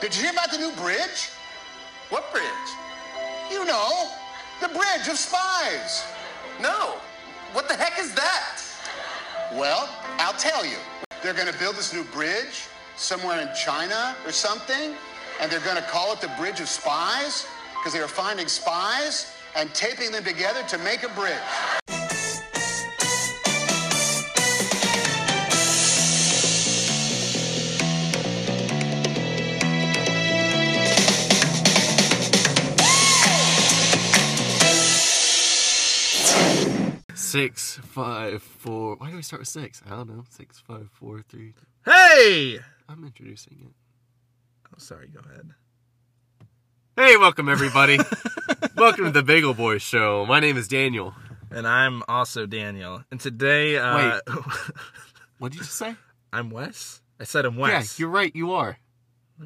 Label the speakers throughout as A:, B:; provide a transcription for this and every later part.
A: Did you hear about the new bridge? What bridge? You know, the bridge of spies.
B: No. What the heck is that?
A: Well, I'll tell you. They're going to build this new bridge somewhere in China or something, and they're going to call it the Bridge of Spies because they are finding spies and taping them together to make a bridge.
C: Six, five, four. Why do we start with six? I don't know. Six, five, four, three.
D: Hey!
C: I'm introducing it.
D: Oh, sorry, go ahead.
C: Hey, welcome everybody. welcome to the Bagel Boys Show. My name is Daniel.
D: And I'm also Daniel. And today, uh,
C: What did you just say?
D: I'm Wes. I said I'm Wes.
C: Yeah, you're right. You are.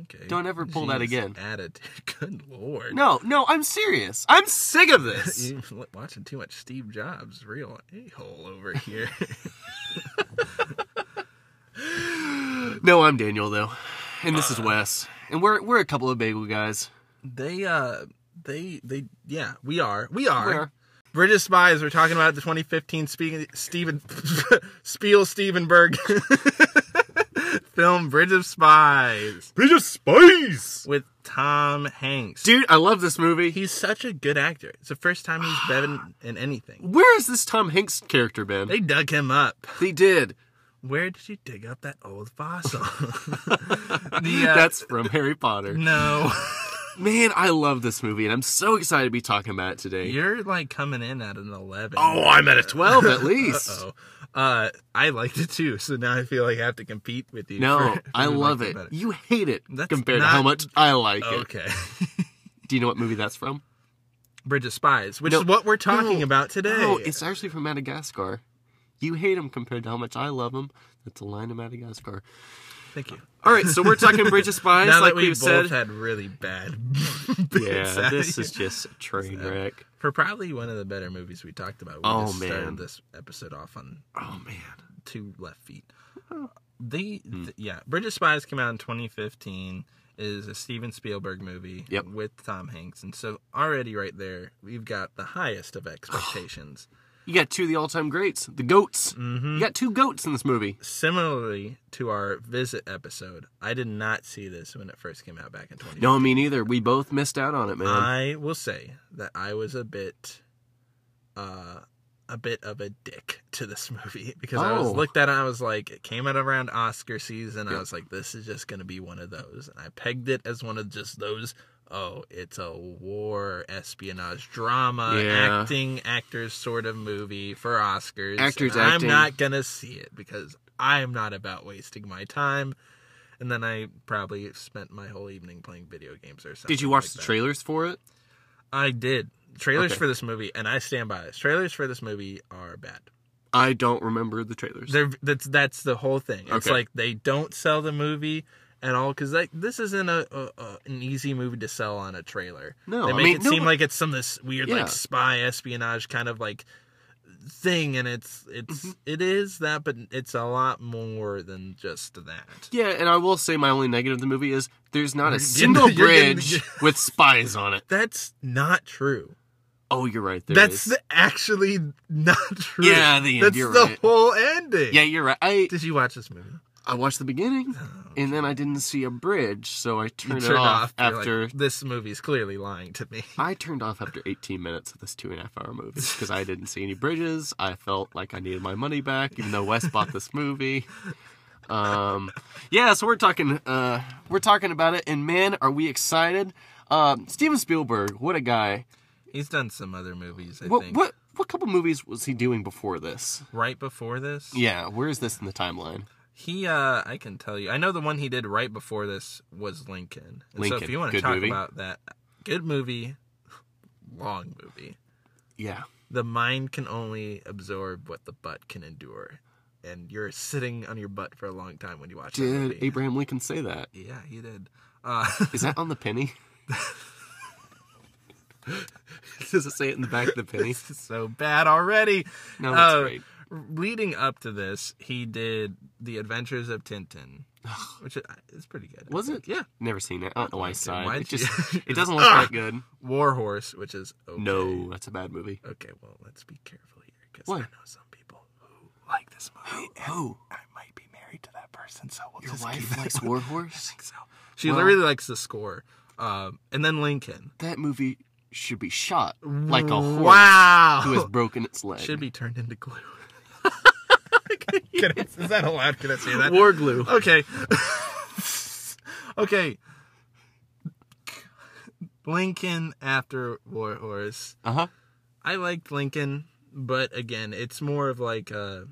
D: okay.
C: don't ever pull that
D: Jeez,
C: again.
D: Attitude. Good lord.
C: No, no. I'm serious. I'm sick of this.
D: You watching too much Steve Jobs, real a hole over here.
C: no, I'm Daniel though, and this is Wes, and we're we're a couple of bagel guys.
D: they, uh, they, they, yeah, we are, we are.
C: We are.
D: Bridge of Spies. We're talking about the 2015 Spe- Steven Spiel Stevenberg film Bridge of Spies
C: Bridge of Spice.
D: with Tom Hanks.
C: Dude, I love this movie.
D: He's such a good actor. It's the first time he's been in anything.
C: Where has this Tom Hanks character been?
D: They dug him up.
C: They did.
D: Where did you dig up that old fossil? uh,
C: That's from Harry Potter.
D: no.
C: Man, I love this movie, and I'm so excited to be talking about it today.
D: You're like coming in at an 11.
C: oh, I'm at a 12 at least.
D: Uh-oh. Uh, I liked it too, so now I feel like I have to compete with you.
C: No,
D: for-
C: I
D: who
C: love
D: liked
C: it.
D: better.
C: You hate it
D: That's
C: compared to
D: not-
C: how much I like it.
D: Okay.
C: Do you know what movie that's from?
D: Bridge of Spies, which
C: No.
D: is what we're talking
C: No.
D: about today.
C: No, it's actually from Madagascar. You hate him compared to how much I love him. That's a line of Madagascar.
D: Thank you.
C: All right, so we're talking Bridge of Spies,
D: Now
C: like
D: that we both
C: have said.
D: had really bad bits
C: yeah,
D: out
C: this
D: here.
C: is just a train wreck.
D: for probably one of the better movies we talked about. We
C: Oh,
D: just
C: man.
D: started this episode off on
C: Oh man,
D: two left feet. They,
C: Hmm.
D: th- yeah, Bridge of Spies came out in 2015. Is a Steven Spielberg movie
C: Yep.
D: with Tom Hanks, and so already right there we've got the highest of expectations.
C: you got two of the all-time greats, the goats.
D: Mm-hmm.
C: You got two goats in this movie.
D: Similarly to our visit episode, I did not see this when it first came out back in 2015.
C: No, me neither. We both missed out on it, man.
D: I will say that I was a bit, uh, a bit of a dick to this movie because I was
C: Oh.
D: looked at it. And I was like, it came out around Oscar season. I
C: Yep.
D: was like, this is just gonna be one of those, and I pegged it as one of just those. Oh, it's a war espionage drama
C: Yeah.
D: acting actors sort of movie for Oscars.
C: Actors
D: and
C: acting.
D: I'm not gonna see it because I'm not about wasting my time. And then I probably spent my whole evening playing video games or something.
C: Did you watch
D: like
C: the
D: that.
C: trailers for it?
D: I did. Trailers
C: Okay.
D: for this movie, and I stand by this. Trailers for this movie are bad.
C: I don't remember the trailers.
D: They're, that's that's the whole thing. It's
C: Okay.
D: like they don't sell the movie at all because like this isn't a, a, a an easy movie to sell on a trailer.
C: No,
D: they
C: I
D: make
C: mean,
D: it
C: no,
D: seem
C: but-
D: like it's some this weird
C: Yeah.
D: like spy espionage kind of like thing, and it's it's
C: Mm-hmm.
D: it is that, but it's a lot more than just that.
C: Yeah, and I will say my only negative of the movie is there's not a
D: You're getting-
C: single
D: you're getting-
C: bridge with spies on it.
D: That's not true.
C: Oh, you're right. There
D: that's
C: is.
D: the, actually not true.
C: Yeah, the end,
D: That's
C: you're
D: the
C: right.
D: whole ending.
C: yeah, you're right. I
D: Did you watch this movie? Oh.
C: I watched the beginning, and then I didn't see a bridge, so I
D: You
C: turned it off,
D: you're like,
C: after.
D: this movie's clearly lying to me.
C: I turned off after 18 minutes of this two and a half hour movie because I didn't see any bridges. I felt like I needed my money back, even though Wes bought this movie. Um, yeah, so we're talking, uh, we're talking about it, and man, are we excited! Um, Steven Spielberg, what a guy!
D: He's done some other movies, I
C: What
D: think.
C: what what couple movies was he doing before this?
D: Right before this,
C: Yeah, where is this in the timeline?
D: he uh, I can tell you. I know the one he did right before this was Lincoln. And so
C: Lincoln,
D: if you want to
C: good
D: talk
C: movie.
D: about that, good movie, long movie.
C: Yeah,
D: The mind can only absorb what the butt can endure, and you're sitting on your butt for a long time when you watch that
C: did
D: movie.
C: Abraham Lincoln say that?
D: yeah, he did. Uh,
C: Is that on the penny? Does it say it in the back of the penny?
D: this is so bad already.
C: No, that's
D: Uh,
C: great.
D: leading up to this, he did The Adventures of Tintin, which is pretty good. I
C: Was
D: think.
C: it?
D: Yeah.
C: Never seen it. I don't know why I saw it.
D: Why'd
C: It just
D: you-
C: it doesn't look that good.
D: Warhorse, which is okay.
C: No, that's a bad movie.
D: Okay, well, let's be careful here because I
C: What?
D: know some people who like this movie. and
C: Oh,
D: I might be married to that person, so we'll
C: your
D: just keep
C: wife
D: it
C: likes Warhorse.
D: so. She
C: Well-
D: really likes the score. Um, and then Lincoln.
C: That movie should be shot like a horse
D: Wow.
C: who has broken its leg.
D: Should be turned into glue. Can I- is that allowed? Can I say that?
C: war glue.
D: Okay. okay. Lincoln after Warhorse.
C: Uh huh.
D: I liked Lincoln, but again, it's more of like uh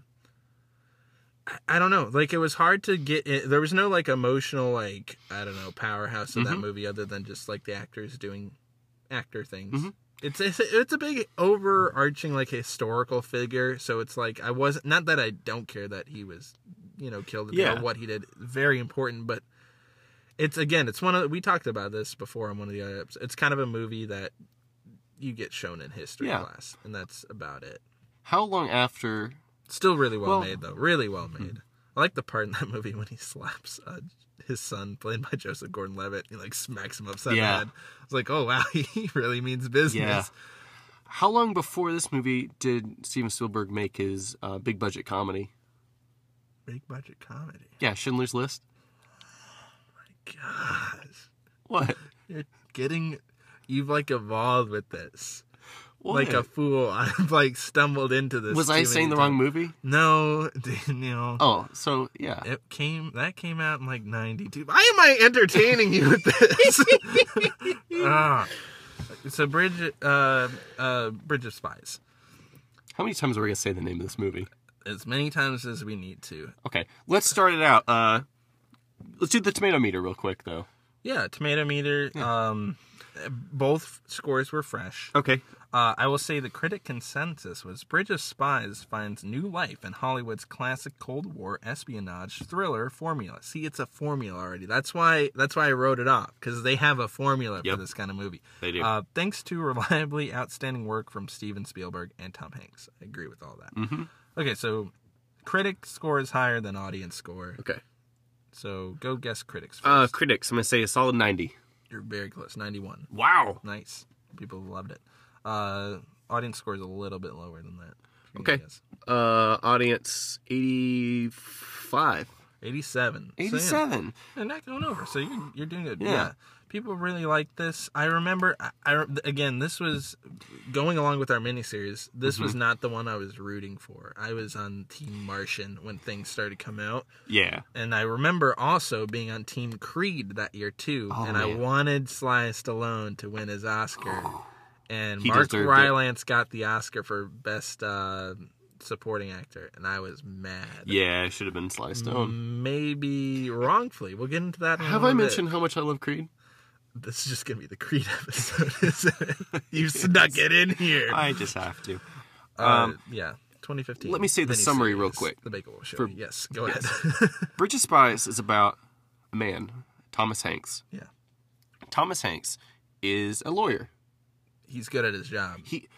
D: I- I don't know. Like it was hard to get. It. There was no like emotional like I don't know powerhouse in that
C: Mhm.
D: movie other than just like the actors doing actor things.
C: Mhm.
D: It's, it's it's a big overarching like historical figure, so it's like I wasn't not that I don't care that he was you know killed yeah.
C: Yeah.
D: what he did very important, but it's again it's one of we talked about this before on one of the other episodes. It's kind of a movie that you get shown in history
C: Yeah.
D: class, and that's about it.
C: How long after?
D: Still really well,
C: Well- Hmm.
D: made though, really well made. I like the part in that movie when he slaps uh, his son, played by Joseph Gordon-Levitt. He like smacks him upside
C: Yeah.
D: the head. I was like, oh wow, he really means business.
C: How long before this movie did Steven Spielberg make his uh, big budget comedy?
D: Big budget comedy.
C: Yeah, Schindler's List.
D: Gosh,
C: What?
D: you're getting, you've like evolved with this.
C: what?
D: Like a fool, I've like stumbled into this.
C: was
D: too
C: I
D: many
C: saying the wrong
D: times.
C: movie?
D: No, Daniel.
C: Oh, so yeah.
D: It came that came out in like '92. Why am I entertaining you with this? ah. So bridge, uh, uh, bridge of spies.
C: How many times are we gonna say the name of this movie?
D: As many times as we need to.
C: Okay, let's start it out. Uh, let's do the tomato meter real quick though.
D: Yeah, tomato meter. Um, both scores were fresh.
C: Okay.
D: Uh, I will say the critic consensus was Bridge of Spies finds new life in Hollywood's classic Cold War espionage thriller formula. See, it's a formula already. That's why that's why I wrote it off because they have a formula
C: Yep.
D: for this kind of movie.
C: They do.
D: Uh, thanks to reliably outstanding work from Steven Spielberg and Tom Hanks. I agree with all that.
C: Mhm.
D: Okay, so critic score is higher than audience score.
C: Okay.
D: So go guess critics first.
C: Uh, critics, I'm gonna say a solid ninety.
D: You're very close, ninety-one.
C: Wow.
D: Nice. People loved it. Uh, audience score is a little bit lower than that. If you
C: Okay.
D: guess.
C: Uh, audience eighty-five.
D: 87. So, yeah,
C: Eighty-seven.
D: they're not going over. So you're, you're doing good. Yeah.
C: Yeah.
D: People really like this. I remember, I, I- again, this was going along with our miniseries. This
C: Mm-hmm.
D: was not the one I was rooting for. I was on Team Martian when things started to come out.
C: Yeah.
D: And I remember also being on Team Creed that year, too.
C: Oh,
D: and I
C: man. Oh,
D: wanted Sly Stallone to win his Oscar. And
C: He
D: Mark
C: deserved it.
D: Rylance got the Oscar for Best uh, Supporting Actor. And I was mad. Um,
C: Yeah. It should have been Sly Stone.
D: Maybe wrongfully. We'll get into that. In a
C: Have Mm, I
D: little bit.
C: mentioned how much I love Creed?
D: this is just gonna be the Creed episode? Isn't it? you snuck it in here.
C: I just have to.
D: Uh, yeah, 2015.
C: let me say the summary real
D: miniseries,
C: quick.
D: The Bagel Show.
C: For-
D: yes, go ahead.
C: Bridge of Spies is about a man, Thomas Hanks.
D: yeah,
C: Thomas Hanks is a lawyer.
D: he's good at his job.
C: He,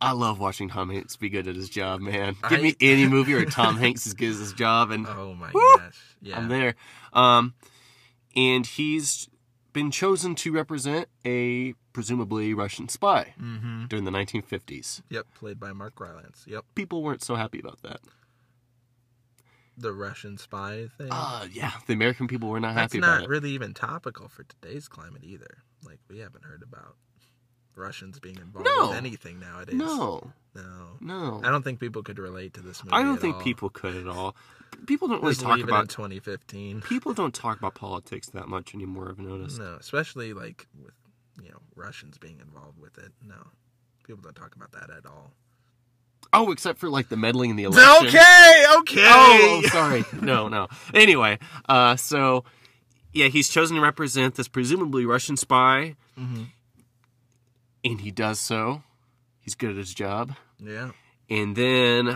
C: I love watching Tom Hanks be good at his job, man.
D: I-
C: Give me any movie where Tom Hanks is good at his job, and
D: Oh my
C: Woo!
D: gosh. Yeah.
C: I'm there. Um, and he's been chosen to represent a presumably Russian spy
D: Mm-hmm.
C: during the 1950s.
D: Yep. Played by Mark Rylance. Yep.
C: People weren't so happy about that.
D: The Russian spy thing.
C: Uh, yeah, the American people were not
D: That's
C: happy
D: not
C: about it.
D: really even topical for today's climate either. Like we haven't heard about Russians being involved
C: No.
D: with anything nowadays.
C: No,
D: No.
C: no.
D: I don't think people could relate to this movie.
C: I don't
D: at
C: think
D: all.
C: people could at all. People don't really
D: Just
C: talk
D: leave it in
C: about
D: 2015.
C: people don't talk about politics that much anymore. I've noticed.
D: No, especially like with you know Russians being involved with it. No, people don't talk about that at all.
C: Oh, except for like the meddling in the election.
D: okay.
C: Oh, oh, sorry. No, no. Anyway, uh, so yeah, he's chosen to represent this presumably Russian spy,
D: Mhm.
C: and he does so. He's good at his job,
D: yeah.
C: and then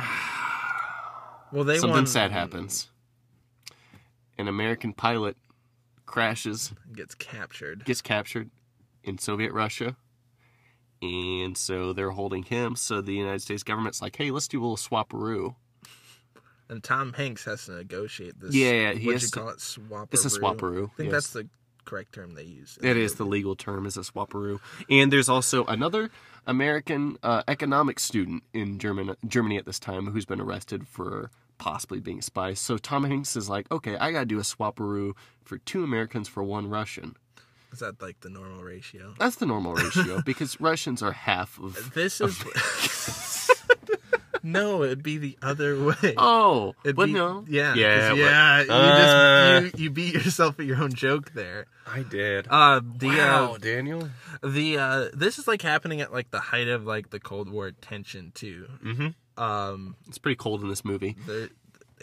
D: Well, they
C: something
D: won-
C: sad happens. An American pilot crashes,
D: Gets captured.
C: gets captured in Soviet Russia, and so they're holding him. So the United States government's like, "Hey, let's do a little swaparoo."
D: And Tom Hanks has to negotiate this.
C: Yeah, yeah, he
D: what
C: has
D: you
C: to-
D: call it? Swapperoo.
C: It's a swapperoo,
D: I
C: yes.
D: think that's the correct term they use.
C: It is the legal term is a swaparoo. And there's also another American uh, economic student in German, Germany at this time who's been arrested for possibly being spies. So Tom Hanks is like, okay, I got to do a swaparoo for two Americans for one Russian.
D: Is that like the normal ratio?
C: That's the normal ratio because Russians are half of.
D: This is. no, it'd be the other way.
C: Oh,
D: It'd
C: but
D: be-
C: no.
D: Yeah.
C: Yeah.
D: 'cause,
C: it
D: Yeah.
C: would.
D: you, just, you, you beat yourself at your own joke there.
C: I did.
D: Uh, the
C: wow,
D: uh,
C: Daniel.
D: the uh, this is like happening at like the height of like the Cold War tension too. Mm-hmm. Um,
C: It's pretty cold in this movie.
D: the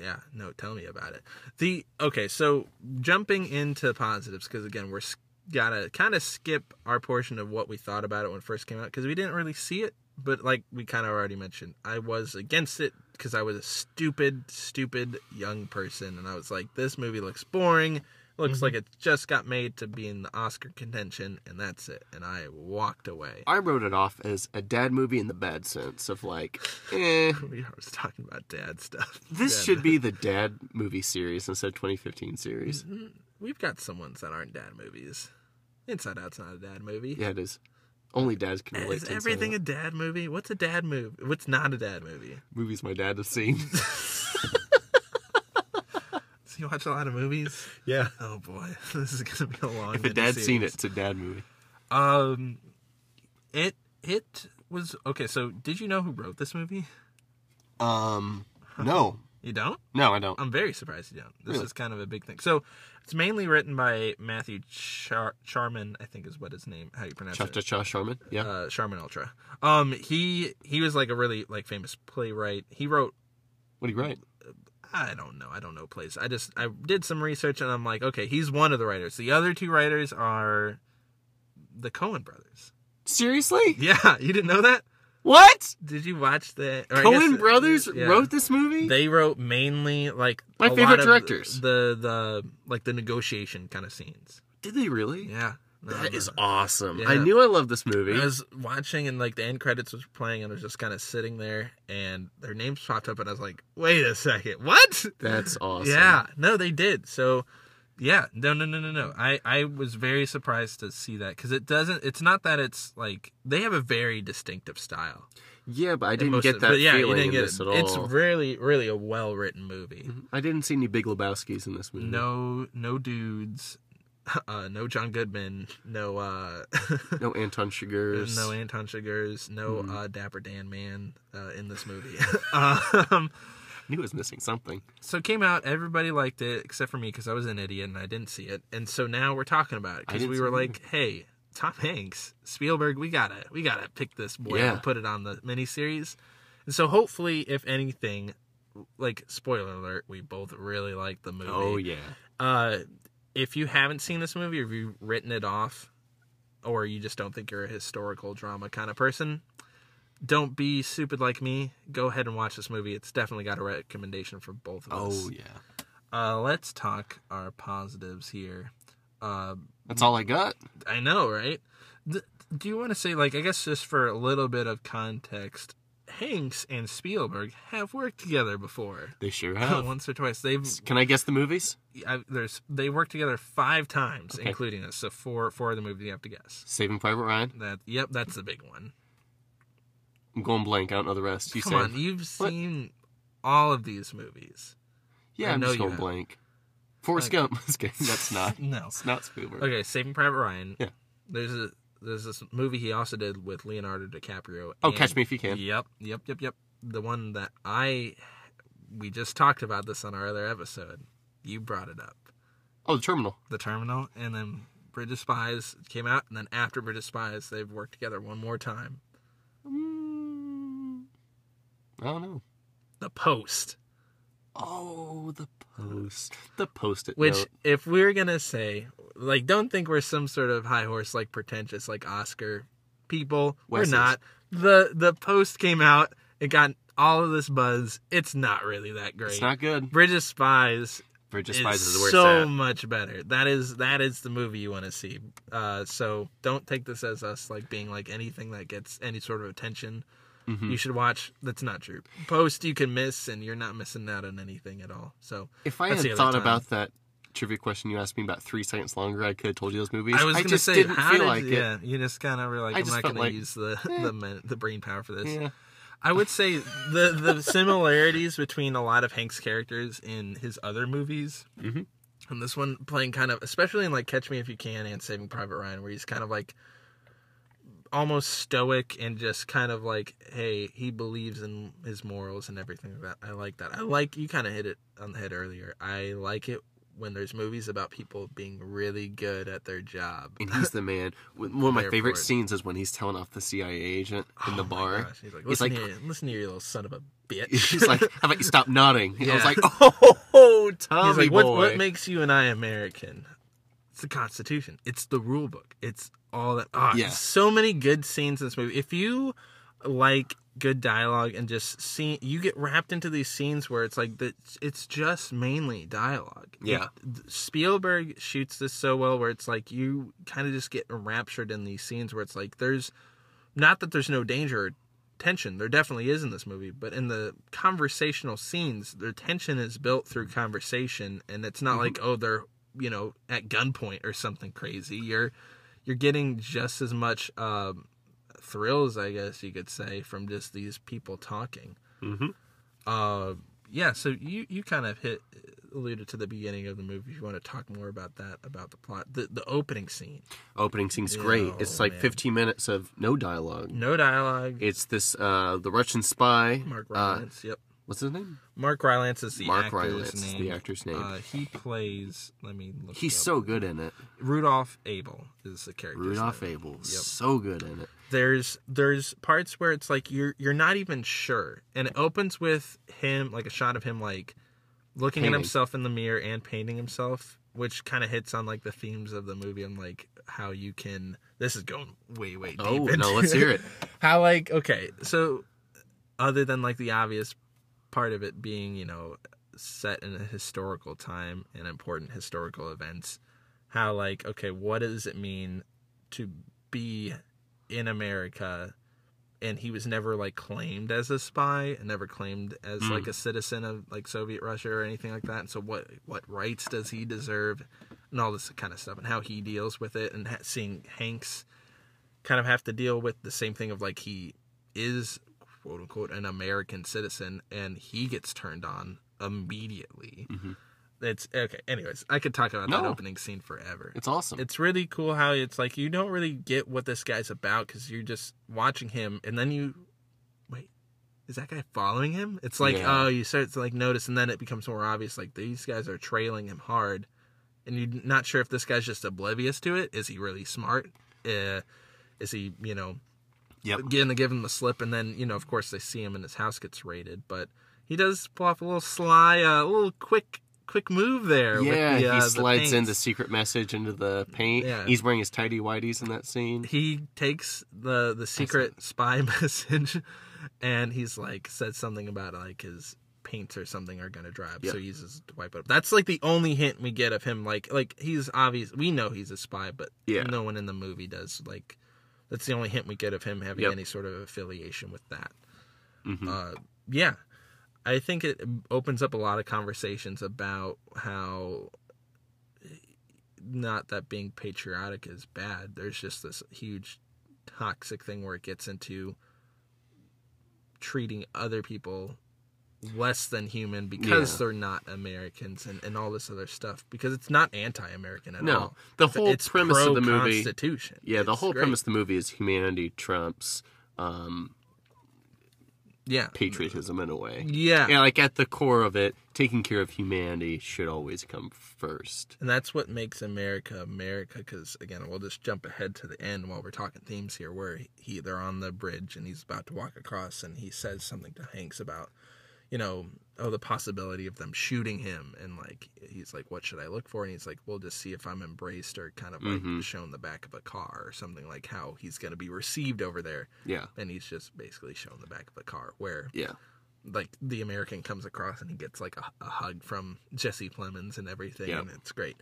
D: yeah, no, tell me about it. The okay, so jumping into positives because again we're s- gotta kind of skip our portion of what we thought about it when it first came out because we didn't really see it, but like we kind of already mentioned, I was against it because I was a stupid, stupid young person, and I was like, this movie looks boring.
C: Mm-hmm.
D: Looks like it just got made to be in the Oscar contention, and that's it. And I walked away.
C: I wrote it off as a dad movie in the bad sense of like, eh,
D: We were always talking about dad stuff.
C: This
D: Yeah.
C: should be the dad movie series instead of 2015 series.
D: We've got some ones that aren't dad movies. Inside Out's not a dad movie.
C: Yeah, it is. Only dads can relate
D: Is
C: to
D: everything
C: Inside
D: a dad movie? What's a dad movie? What's not a dad movie?
C: Out. movies my dad has seen.
D: So you watch a lot of movies?
C: Yeah.
D: Oh boy, this is gonna be a long.
C: If a dad's seen it,
D: miniseries.
C: it's a dad movie.
D: um, it it was okay. So did you know who wrote this movie?
C: Um, no,
D: You don't?
C: no, I don't.
D: I'm very surprised you don't. This
C: Really?
D: is kind of a big thing. So it's mainly written by Matthew Char- Charman, I think is what his name. How you pronounce
C: Cha
D: it?
C: cha cha, Sharman. Yeah.
D: uh, Charmin Ultra. Um, he he was like a really like famous playwright. He wrote
C: what do you write?
D: I don't know I don't know plays. I just I did some research and I'm like okay he's one of the writers. The other two writers are the Cohen brothers.
C: Seriously?
D: Yeah, you didn't know that?
C: What?
D: Did you watch that? or I
C: Cohen
D: guess-
C: Brothers
D: yeah.
C: wrote this movie?
D: They wrote mainly like
C: My
D: a lot
C: favorite
D: of
C: directors.
D: The the like the negotiation kind of scenes.
C: Did they really?
D: Yeah,
C: That is awesome.
D: Yeah.
C: I knew I loved this movie.
D: I was watching and like the end credits was playing and I was just kind of sitting there and their names popped up and I was like, wait a second, what?
C: That's awesome.
D: Yeah, no, they did. So, yeah, no, no, no, no, no. I I was very surprised to see that because it doesn't. It's not that it's like they have a very distinctive style.
C: Yeah, but I
D: in
C: didn't
D: most
C: get
D: of-
C: that
D: but yeah, you
C: feeling
D: didn't
C: in
D: get
C: this
D: it.
C: at all.
D: It's really, really a well written movie.
C: I didn't see any Big Lebowski's in this movie.
D: No, no dudes. Uh, no John Goodman, no uh,
C: No Anton Chigurh's.
D: no Anton Chigurh's, no
C: Hmm.
D: uh, Dapper Dan Man uh, in this movie. um,
C: knew it was missing something.
D: so it came out, everybody liked it except for me because I was an idiot and I didn't see it. And so now we're talking about it
C: I
D: because
C: didn't
D: we
C: see
D: were
C: it
D: like, hey, Tom Hanks, Spielberg, we gotta we gotta pick this boy
C: Yeah.
D: and put it on the miniseries. And so hopefully, if anything, like spoiler alert, we both really liked the movie.
C: Oh yeah.
D: Uh, if you haven't seen this movie, or if you've written it off, or you just don't think you're a historical drama kind of person, don't be stupid like me. Go ahead and watch this movie. It's definitely got a recommendation for both of us.
C: Oh yeah.
D: Uh, let's talk our positives here. Uh,
C: That's all I got.
D: I know, right? Th- do you want to say, like, I guess just for a little bit of context, Hanks and Spielberg have worked together before.
C: They sure have.
D: Once or twice. They've
C: Can I guess the movies?
D: I, there's they work together five times, including this. So four four of the movies you have to guess.
C: Saving Private Ryan.
D: That yep, that's the big one.
C: I'm going blank. I don't know the rest. You
D: Come
C: said.
D: on, you've
C: What?
D: seen all of these movies.
C: yeah,
D: I
C: I'm
D: know
C: just
D: you
C: going
D: have.
C: blank. Forrest
D: Okay.
C: Gump. Just kidding. That's not.
D: No.
C: It's not Spielberg.
D: Okay, Saving Private Ryan.
C: Yeah.
D: There's a there's this movie he also did with Leonardo DiCaprio.
C: Oh,
D: and-
C: Catch Me If You Can.
D: Yep, yep, yep, yep. The one that I we just talked about this on our other episode. You brought it up.
C: Oh, The Terminal.
D: the terminal and then Bridge of Spies came out and then after Bridge of Spies they've worked together one more time.
C: Mm. I don't know.
D: The Post.
C: Oh, The Post. The Post-it
D: Which
C: note.
D: if we're gonna say like don't think we're some sort of high horse like pretentious like Oscar people.
C: Wes's.
D: We're not. The the post came out, it got all of this buzz. It's not really that great.
C: It's not good.
D: Bridge of Spies
C: Bridge of
D: is
C: Spies is where
D: so
C: it's at.
D: much better. That is that is the movie you want to see. Uh, so don't take this as us like being like anything that gets any sort of attention. You should watch. That's not true. Post you can miss, and you're not missing out on anything at all. So
C: If I
D: that's the
C: had
D: other
C: thought
D: time.
C: about that trivia question you asked me about three seconds longer, I could have told you those movies.
D: I was gonna
C: just
D: say,
C: didn't
D: how
C: feel
D: did-
C: like
D: yeah, you just kind of were like,
C: I
D: I'm
C: just
D: not
C: felt
D: gonna
C: like,
D: use the the men- the brain power for this.
C: it. Yeah.
D: I would say the the similarities between a lot of Hank's characters in his other movies,
C: Mm-hmm.
D: and this one playing kind of, especially in like Catch Me If You Can and Saving Private Ryan, where he's kind of like almost stoic and just kind of like, hey, he believes in his morals and everything like that. I like that. I like you kind of hit it on the head earlier. I like it when there's movies about people being really good at their job.
C: and he's the man. One of my
D: There for
C: favorite
D: it.
C: scenes is when he's telling off the CIA agent in the
D: Oh my
C: bar.
D: gosh, He's like,
C: He's
D: listen,
C: like-
D: here, listen here, you little son of a bitch.
C: He's like, "How about you stop nodding?" And I was
D: Yeah.
C: like, "Oh, Tommy
D: He's like,
C: boy."
D: what, what makes you and I American? It's the Constitution. It's the rule book. It's all that. ah,
C: Yeah.
D: So many good scenes in this movie. If you like good dialogue and just see, you get wrapped into these scenes where it's like, that. it's just mainly dialogue.
C: Yeah.
D: It- Spielberg shoots this so well where it's like you kind of just get enraptured in these scenes where it's like there's not that there's no danger or tension there definitely is in this movie but in the conversational scenes their tension is built through conversation and it's not like oh they're you know at gunpoint or something crazy you're you're getting just as much um thrills i guess you could say from just these people talking mm-hmm. uh yeah so you you kind of hit alluded to the beginning of the movie if you want to talk more about that about the plot the the opening scene
C: Opening scene's great.
D: Yeah,
C: it's
D: oh,
C: like
D: man.
C: 15 minutes of no dialogue.
D: no dialogue
C: It's this uh the Russian spy.
D: mark
C: uh,
D: rylance yep
C: what's his name?
D: Mark Rylance is the
C: Mark
D: actor's
C: Rylance is
D: name.
C: the actor's name.
D: Uh, he plays. Let me look.
C: He's
D: it up.
C: so good in it.
D: Rudolph Abel is the character.
C: Rudolph
D: name.
C: Abel, so good in it.
D: There's there's parts where it's like you're you're not even sure, and it opens with him like a shot of him like looking at
C: Painting.
D: himself in the mirror and painting himself, which kind of hits on like the themes of the movie and like how you can. This is going way way deep.
C: Oh
D: into
C: no, let's hear it.
D: how like okay so other than like the obvious part of it being you know set in a historical time and important historical events how like okay what does it mean to be in america and he was never like claimed as a spy and never claimed as like a citizen of like soviet russia or anything like that and so what what rights does he deserve and all this kind of stuff and how he deals with it and ha- seeing hanks kind of have to deal with the same thing of like he is quote unquote an American citizen and he gets turned on immediately. It's okay. Anyways, I could talk about that
C: No.
D: opening scene forever.
C: It's awesome.
D: It's really cool how it's like you don't really get what this guy's about because you're just watching him, and then you wait, is that guy following him? It's like
C: Yeah.
D: oh, you start to like notice, and then it becomes more obvious. Like these guys are trailing him hard, and you're not sure if this guy's just oblivious to it. Is he really smart? Uh, is he you know
C: yep.
D: again they give him the slip and then you know of course they see him and his house gets raided but he does pull off a little sly uh, a little quick quick move there with
C: Yeah,
D: the, uh,
C: he
D: the
C: slides in
D: paints.
C: the secret message into the paint.
D: Yeah.
C: He's wearing his tidy whities in that scene.
D: he takes the the secret spy message and he's like says something about like his paints or something are gonna dry up so he uses it to wipe it up that's like the only hint we get of him like like he's obvious we know he's a spy but
C: Yeah.
D: no one in the movie does like that's the only hint we get of him having
C: Yep. Mm-hmm.
D: any sort of affiliation with that uh, yeah i think it opens up a lot of conversations about how not that being patriotic is bad. There's just this huge toxic thing where it gets into treating other people less than human because
C: Yeah.
D: they're not Americans and, and all this other stuff. Because it's not anti American at
C: No,
D: all.
C: the
D: It's-
C: whole
D: it's
C: premise of the movie-
D: Constitution.
C: Yeah, the
D: It's
C: whole
D: great.
C: premise of the movie is humanity trumps um,
D: Yeah.
C: patriotism in a way.
D: Yeah.
C: Yeah, like at the core of it, taking care of humanity should always come first.
D: And that's what makes America America. Because again, we'll just jump ahead to the end while we're talking themes here, where he they're on the bridge and he's about to walk across, and he says something to Hanks about, you know, oh the possibility of them shooting him, and like he's like, what should I look for? And he's like, we'll just see if I'm embraced or kind of like shown the back of a car or something like how he's gonna be received over there.
C: Yeah.
D: And he's just basically shown the back of a car where
C: Yeah.
D: like the American comes across and he gets like a, a hug from Jesse Plemons and everything,
C: Yeah.
D: and it's great.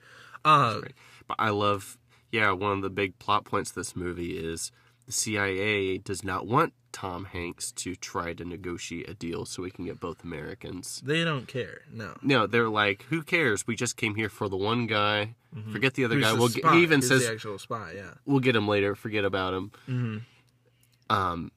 D: Uh,
C: Right. But I love, yeah, one of the big plot points of this movie is the CIA does not want Tom Hanks to try to negotiate a deal so we can get both Americans.
D: They don't care. No,
C: No, they're like, who cares? We just came here for the one guy. Forget the other
D: Mm-hmm. Who's
C: guy.
D: the
C: We'll get,
D: spy?
C: he even
D: Who's
C: says,
D: the actual spy. Yeah,
C: we'll get him later. Forget about him.
D: Mm-hmm.
C: Um,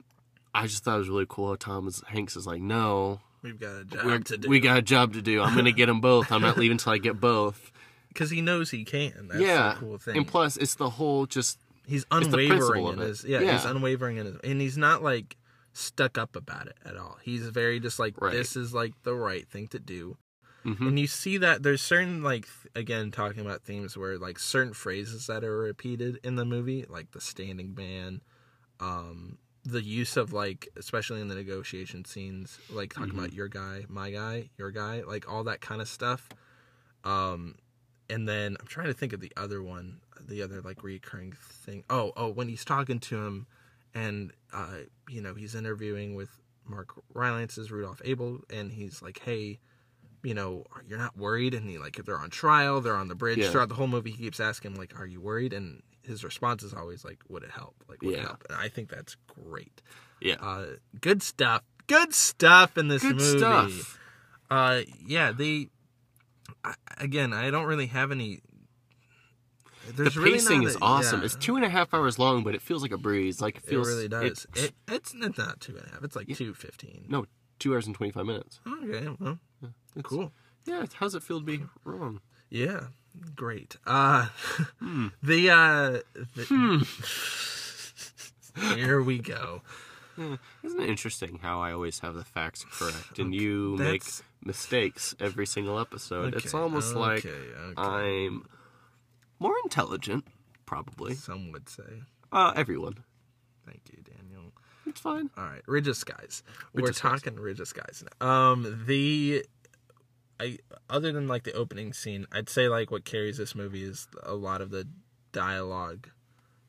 C: I just thought it was really cool how Tom is, Hanks is like, no,
D: we've got a job
C: we're-
D: to do.
C: we got a job to do. I'm going to get them both. I'm not leaving until I get both.
D: because he knows he can. That's
C: yeah.
D: the cool thing.
C: And plus, it's the whole just
D: he's
C: the
D: unwavering
C: principle
D: in
C: of it.
D: his yeah, He's
C: Yeah.
D: unwavering in his, and he's not like stuck up about it at all. He's very just like
C: Right.
D: this is like the right thing to do.
C: Mm-hmm.
D: And you see that there's certain like th- again talking about themes where like certain phrases that are repeated in the movie, like the standing man, um, the use of like especially in the negotiation scenes, like talking about your guy, my guy, your guy, like all that kind of stuff. Um, and then I'm trying to think of the other one, the other like recurring thing. Oh, oh, when he's talking to him, and uh, you know he's interviewing with Mark Rylance as Rudolph Abel, and he's like, hey, you know, you're not worried, and he like they're on trial, they're on the bridge
C: Yeah.
D: throughout the whole movie. He keeps asking him, like, are you worried? And his response is always like, would it help? Like, would it
C: Yeah.
D: help? And I think that's great.
C: yeah.
D: Uh, good stuff. Good stuff in this
C: Good
D: movie
C: stuff.
D: uh yeah they I, again i don't really have any
C: the
D: there's really not
C: pacing is
D: a-
C: awesome.
D: yeah,
C: It's two and a half hours long, but it feels like a breeze. Like it
D: it
C: feels
D: really does
C: it-
D: it, it's, it's not two and a half it's like 215
C: no, two hours and twenty five minutes.
D: okay well cool
C: Yeah, how's it feel to be wrong?
D: yeah great uh
C: Hmm.
D: the uh the, here we go
C: Isn't it interesting how I always have the facts correct and you make
D: that's-
C: mistakes every single episode? It's
D: Okay,
C: almost like uh,
D: okay, okay.
C: I'm more intelligent, probably.
D: some would say
C: Uh, everyone,
D: thank you daniel
C: it's fine.
D: All right, Ridge of Skies. We're
C: of Skies.
D: talking Ridge of Skies now. Um, the I other than like the opening scene, I'd say like what carries this movie is a lot of the dialogue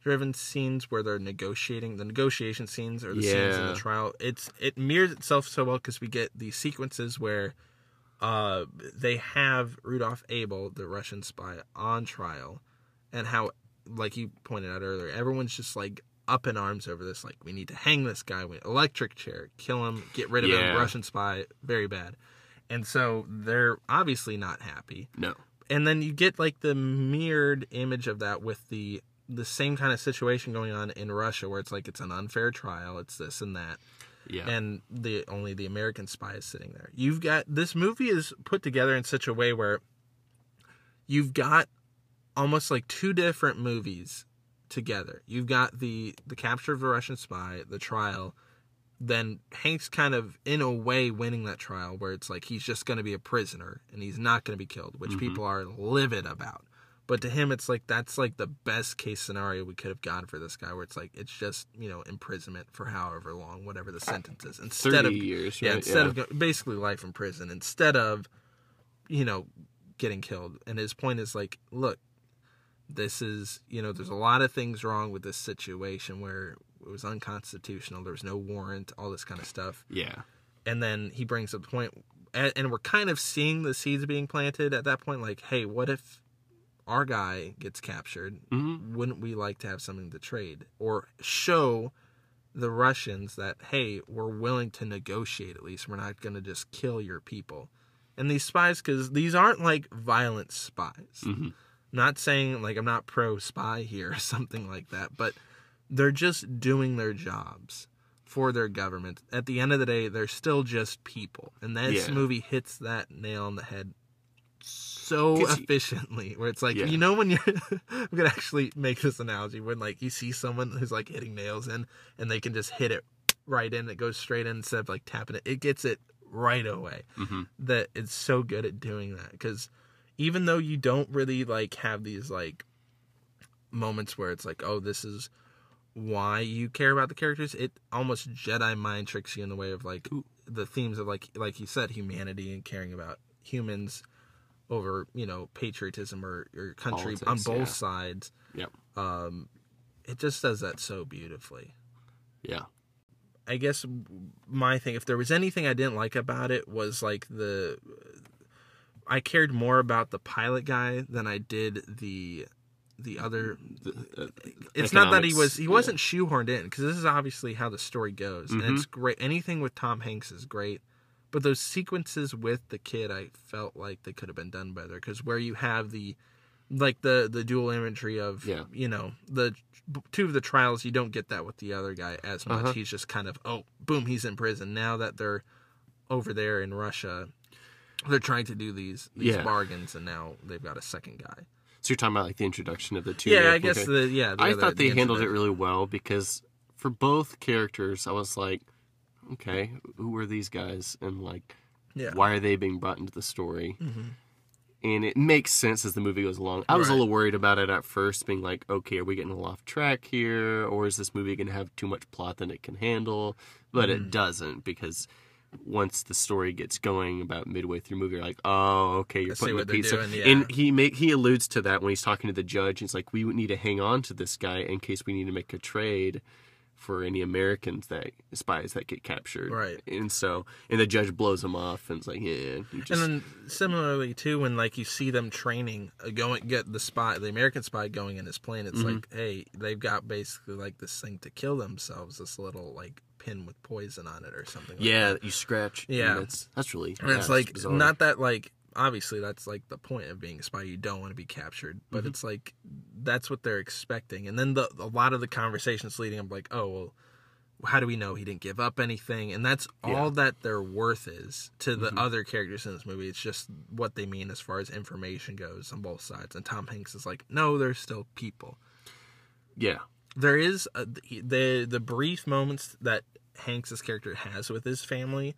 D: driven scenes where they're negotiating the negotiation scenes or the scenes in
C: Yeah.
D: the trial it's it mirrors itself so well because we get these sequences where uh they have rudolph abel the russian spy on trial and how like you pointed out earlier everyone's just like up in arms over this like we need to hang this guy with electric chair kill him get rid of
C: Yeah.
D: him russian spy very bad and so they're obviously not happy
C: No,
D: and then you get like the mirrored image of that with the the same kind of situation going on in Russia where it's like it's an unfair trial, it's this and that,
C: yeah,
D: and the only the American spy is sitting there. You've got this movie is put together in such a way where you've got almost like two different movies together. You've got the the capture of the Russian spy, the trial, then Hank's kind of in a way winning that trial where it's like he's just going to be a prisoner and he's not going to be killed, which people are livid about. But to him, it's like that's like the best case scenario we could have gotten for this guy, where it's like it's just you know imprisonment for however long, whatever the sentence is, instead of
C: 30 years,
D: yeah,
C: right?
D: instead
C: Yeah.
D: of go- basically life in prison, instead of you know getting killed. And his point is like, look, this is you know there's a lot of things wrong with this situation where it was unconstitutional there was no warrant all this kind of stuff
C: yeah.
D: and then he brings up the point and, and we're kind of seeing the seeds being planted at that point like hey what if our guy gets captured wouldn't we like to have something to trade or show the russians that hey we're willing to negotiate at least we're not going to just kill your people and these spies because these aren't like violent spies not saying like i'm not pro spy here or something like that but they're just doing their jobs for their government. At the end of the day, they're still just people. And this
C: Yeah.
D: movie hits that nail on the head so
C: 'Cause you-
D: efficiently where it's like
C: Yeah.
D: you know when you're I'm gonna actually make this analogy when like you see someone who's like hitting nails in and they can just hit it right in, it goes straight in instead of like tapping it. It gets it right away.
C: Mm-hmm.
D: That it's so good at doing that because even though you don't really like have these like moments where it's like, oh, this is why you care about the characters. It almost Jedi mind tricks you in the way of like the themes of like like you said, humanity and caring about humans over you know patriotism or your country on
C: Politics,
D: both
C: yeah.
D: sides.
C: Yep.
D: Um, It just does that so beautifully.
C: Yeah.
D: I guess my thing, if there was anything I didn't like about it, was like the. I cared more about the pilot guy than I did the the other it's not that he was
C: Economics,
D: he
C: yeah.
D: wasn't shoehorned in because this is obviously how the story goes and it's
C: Mm-hmm.
D: great anything with tom hanks is great but those sequences with the kid i felt like they could have been done better because where you have the like the the dual imagery of
C: Yeah.
D: you know the two of the trials you don't get that with the other guy as much
C: Uh-huh.
D: he's just kind of oh boom he's in prison now that they're over there in russia they're trying to do these these
C: Yeah.
D: bargains and now they've got a second guy
C: So you're talking about like the introduction of the two.
D: yeah i
C: okay.
D: guess the yeah the
C: I
D: other-
C: thought they
D: the
C: handled it
D: incident.
C: really well because for both characters, I was like, okay, who are these guys and like,
D: Yeah.
C: why are they being brought into the story? And it makes sense as the movie goes along. I was a
D: Right.
C: little worried about it at first, being like, okay, are we getting a little off track here? Or is this movie going to have too much plot than it can handle? But
D: Mm.
C: it doesn't because once the story gets going about midway through movie, you're like, oh, okay, you're
D: I see
C: putting the
D: what they're
C: pizza.
D: doing, yeah.
C: And he make he alludes to that when he's talking to the judge. It's like we would need to hang on to this guy in case we need to make a trade for any Americans that spies that get captured.
D: Right.
C: And so and the judge blows him off and it's like, yeah, you just
D: and then similarly too, when like you see them training, uh, going get the spy, the American spy going in his plane, it's
C: Mm-hmm.
D: like, hey, they've got basically like this thing to kill themselves, this little like pin with poison on it or something. like
C: yeah, you scratch. and
D: Yeah.
C: that's that's really
D: and it's
C: that's
D: like
C: bizarre.
D: not that like obviously that's like the point of being a spy you don't want to be captured but it's like that's what they're expecting and then the a lot of the conversations leading up like oh well how do we know he didn't give up anything and that's all that their worth is to the other characters in this movie it's just what they mean as far as information goes on both sides and tom hanks is like no they're still people
C: yeah.
D: there is a, the the brief moments that Hanks's character has with his family.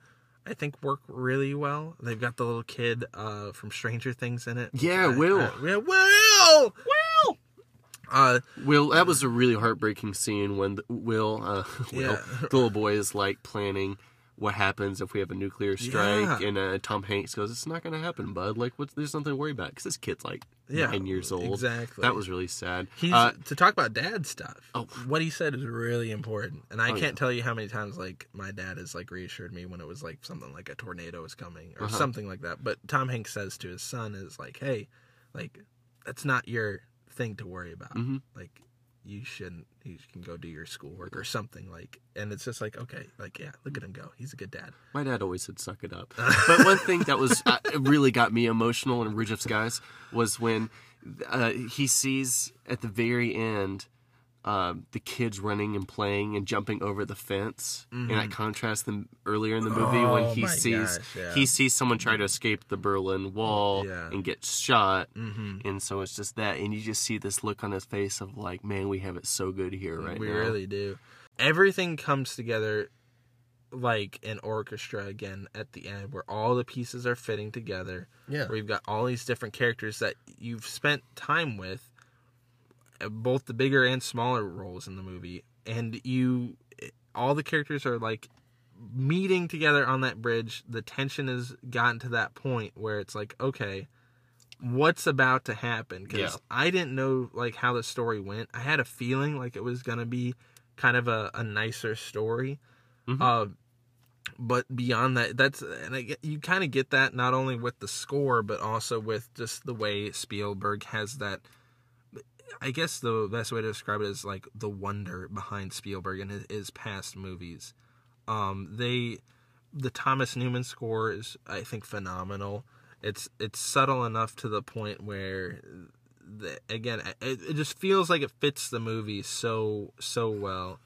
D: I think work really well. They've got the little kid uh, from Stranger Things in it. which
C: Yeah,
D: I-
C: Will.
D: I- yeah, Will. Will. Uh,
C: Will, that was a really heartbreaking scene when the, Will, uh, Will,
D: Yeah.
C: the little boy is like planning what happens if we have a nuclear strike,
D: Yeah.
C: and uh, Tom Hanks goes, "It's not going to happen, bud. Like, what's there's nothing to worry about because this kid's like
D: Yeah,
C: nine years old.
D: exactly.
C: That was really sad.
D: he's
C: Uh,
D: to talk about dad stuff.
C: Oh.
D: What he said is really important, and I
C: yeah.
D: can't tell you how many times like my dad has like reassured me when it was like something like a tornado is coming
C: Uh-huh.
D: or something like that. But Tom Hanks says to his son is like, "Hey, like that's not your thing to worry about.
C: Mm-hmm.
D: Like you shouldn't. You can go do your schoolwork or something like." And it's just like, okay, like yeah, look at him go. He's a good dad.
C: my dad always said, "Suck it up." but one thing that was uh, it really got me emotional in Ridge of Skies was when uh, he sees at the very end. Uh, the kids running and playing and jumping over the fence, and I contrast them earlier in the movie when
D: Mm-hmm. Oh
C: he
D: my
C: sees
D: gosh, yeah.
C: he sees someone try to escape the Berlin Wall
D: Yeah. Mm-hmm.
C: and get shot, and so it's just that, and you just see this look on his face of like, man, we have it so good here right
D: Mm, we
C: now.
D: really do. Everything comes together like an orchestra again at the end where all the pieces are fitting together.
C: Yeah.
D: Where you've got all these different characters that you've spent time with uh, both the bigger and smaller roles in the movie and you eh, all the characters are like meeting together on that bridge. The tension has gotten to that point where it's like, okay, what's about to happen because
C: Yeah.
D: i didn't know like how the story went i had a feeling like it was gonna be kind of a, a nicer story uh, but beyond that that's and I, get- you kind of get that not only with the score but also with just the way spielberg has that i guess the best way to describe it is like the wonder behind spielberg and his, his past movies um they the Thomas Newman score is I think phenomenal. It's it's subtle enough to the point where the, again it, it just feels like it fits the movie so so well.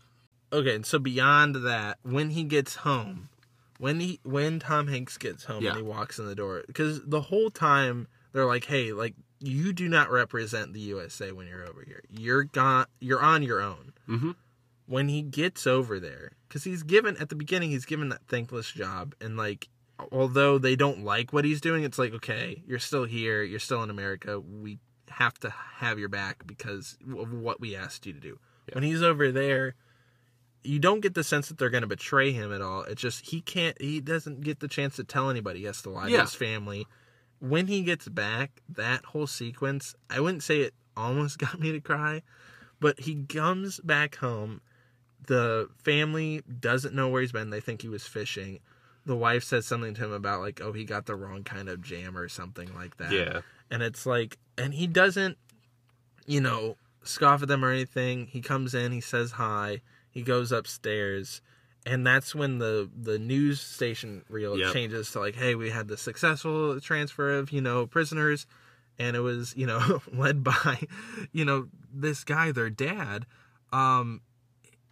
D: Okay, and so beyond that, when he gets home, when he when Tom Hanks gets home
C: Yeah.
D: and he walks in the door cuz the whole time they're like, "Hey, like you do not represent the USA when you're over here. You're gone, you're on your own."
C: Mm-hmm.
D: when he gets over there because he's given at the beginning he's given that thankless job and like although they don't like what he's doing it's like okay you're still here you're still in america we have to have your back because of what we asked you to do when he's over there you don't get the sense that they're going to betray him at all it's just he can't he doesn't get the chance to tell anybody he has to lie
C: Yeah.
D: to his family when he gets back that whole sequence i wouldn't say it almost got me to cry but he comes back home the family doesn't know where he's been. They think he was fishing. The wife says something to him about like, "Oh, he got the wrong kind of jam" or something like that.
C: Yeah.
D: And it's like, and he doesn't, you know, scoff at them or anything. He comes in, he says hi, he goes upstairs, and that's when the the news station reel
C: Yep.
D: changes to like, "Hey, we had the successful transfer of you know prisoners." And it was, you know, led by, you know, this guy, their dad, um,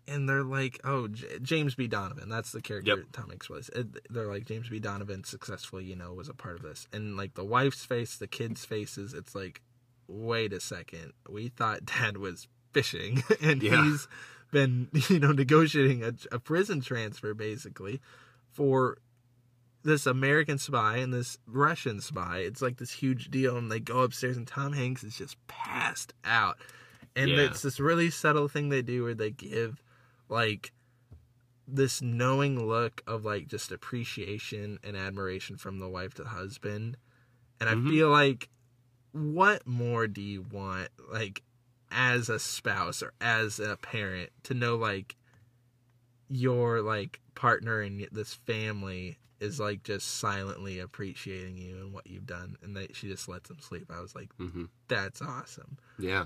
D: and they're like, "Oh, J- James B. Donovan, that's the character
C: Yep.
D: Tom Hanks was." And They're like, "James B. Donovan successfully, you know, was a part of this." And like the wife's face, the kids' faces, it's like, "Wait a second, we thought Dad was fishing, and
C: Yeah.
D: he's been, you know, negotiating a, a prison transfer basically for." This American spy and this Russian spy. It's like this huge deal, and they go upstairs, and Tom Hanks is just passed out. And
C: Yeah.
D: it's this really subtle thing they do where they give like this knowing look of like just appreciation and admiration from the wife to the husband. And I
C: Mhm.
D: feel like what more do you want like as a spouse or as a parent to know like your like partner in this family is like just silently appreciating you and what you've done and that she just lets him sleep. I was like
C: hmm
D: that's awesome
C: Yeah.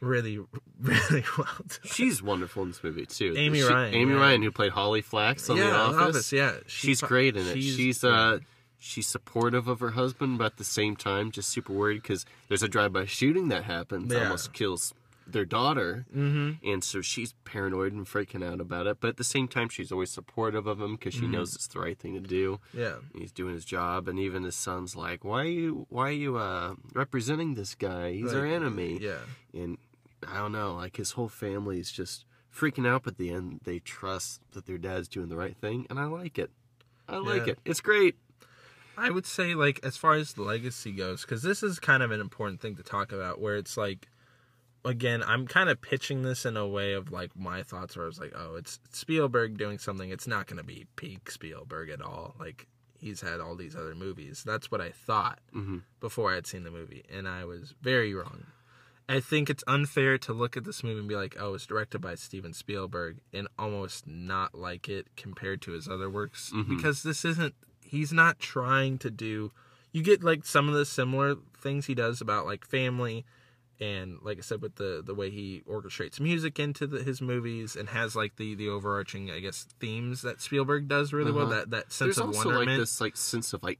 D: really, really well done.
C: She's wonderful in this movie too.
D: Amy
C: She-
D: Ryan,
C: Amy
D: yeah.
C: Ryan, who played Holly Flax on The Office.
D: yeah, she
C: she's
D: fu-
C: great in it. She's, uh,
D: great.
C: she's supportive of her husband, but at the same time, just super worried because there's a drive-by shooting that happens,
D: Yeah. Mm-hmm.
C: almost kills their daughter, and so she's paranoid and freaking out about it. But at the same time, she's always supportive of him because
D: Mm-hmm.
C: she knows it's the right thing to do.
D: yeah,
C: And he's doing his job, and even his son's like, "Why are you? Why are you uh, representing this guy? He's our
D: Like,
C: enemy."
D: Yeah,
C: and I don't know, like his whole family is just freaking out, but at the end they trust that their dad's doing the right thing, and I like it. I like
D: Yeah.
C: it. It's great.
D: I would say like as far as the legacy goes, because this is kind of an important thing to talk about, where it's like. Again, I'm kind of pitching this in a way of like my thoughts, where I was like, "Oh, it's Spielberg doing something. It's not going to be peak Spielberg at all. Like he's had all these other movies. That's what I thought
C: Mm-hmm.
D: before I had seen the movie, and I was very wrong. I think it's unfair to look at this movie and be like, "Oh, it's directed by Steven Spielberg," and almost not like it compared to his other works
C: Mhm.
D: because this isn't. He's not trying to do. You get like some of the similar things he does about like family, and like I said, with the the way he orchestrates music into the, his movies and has like the the overarching, I guess, themes that Spielberg does really well.
C: Uh-huh.
D: That that sense
C: There's
D: of
C: also
D: wonderment.
C: like this like sense of like,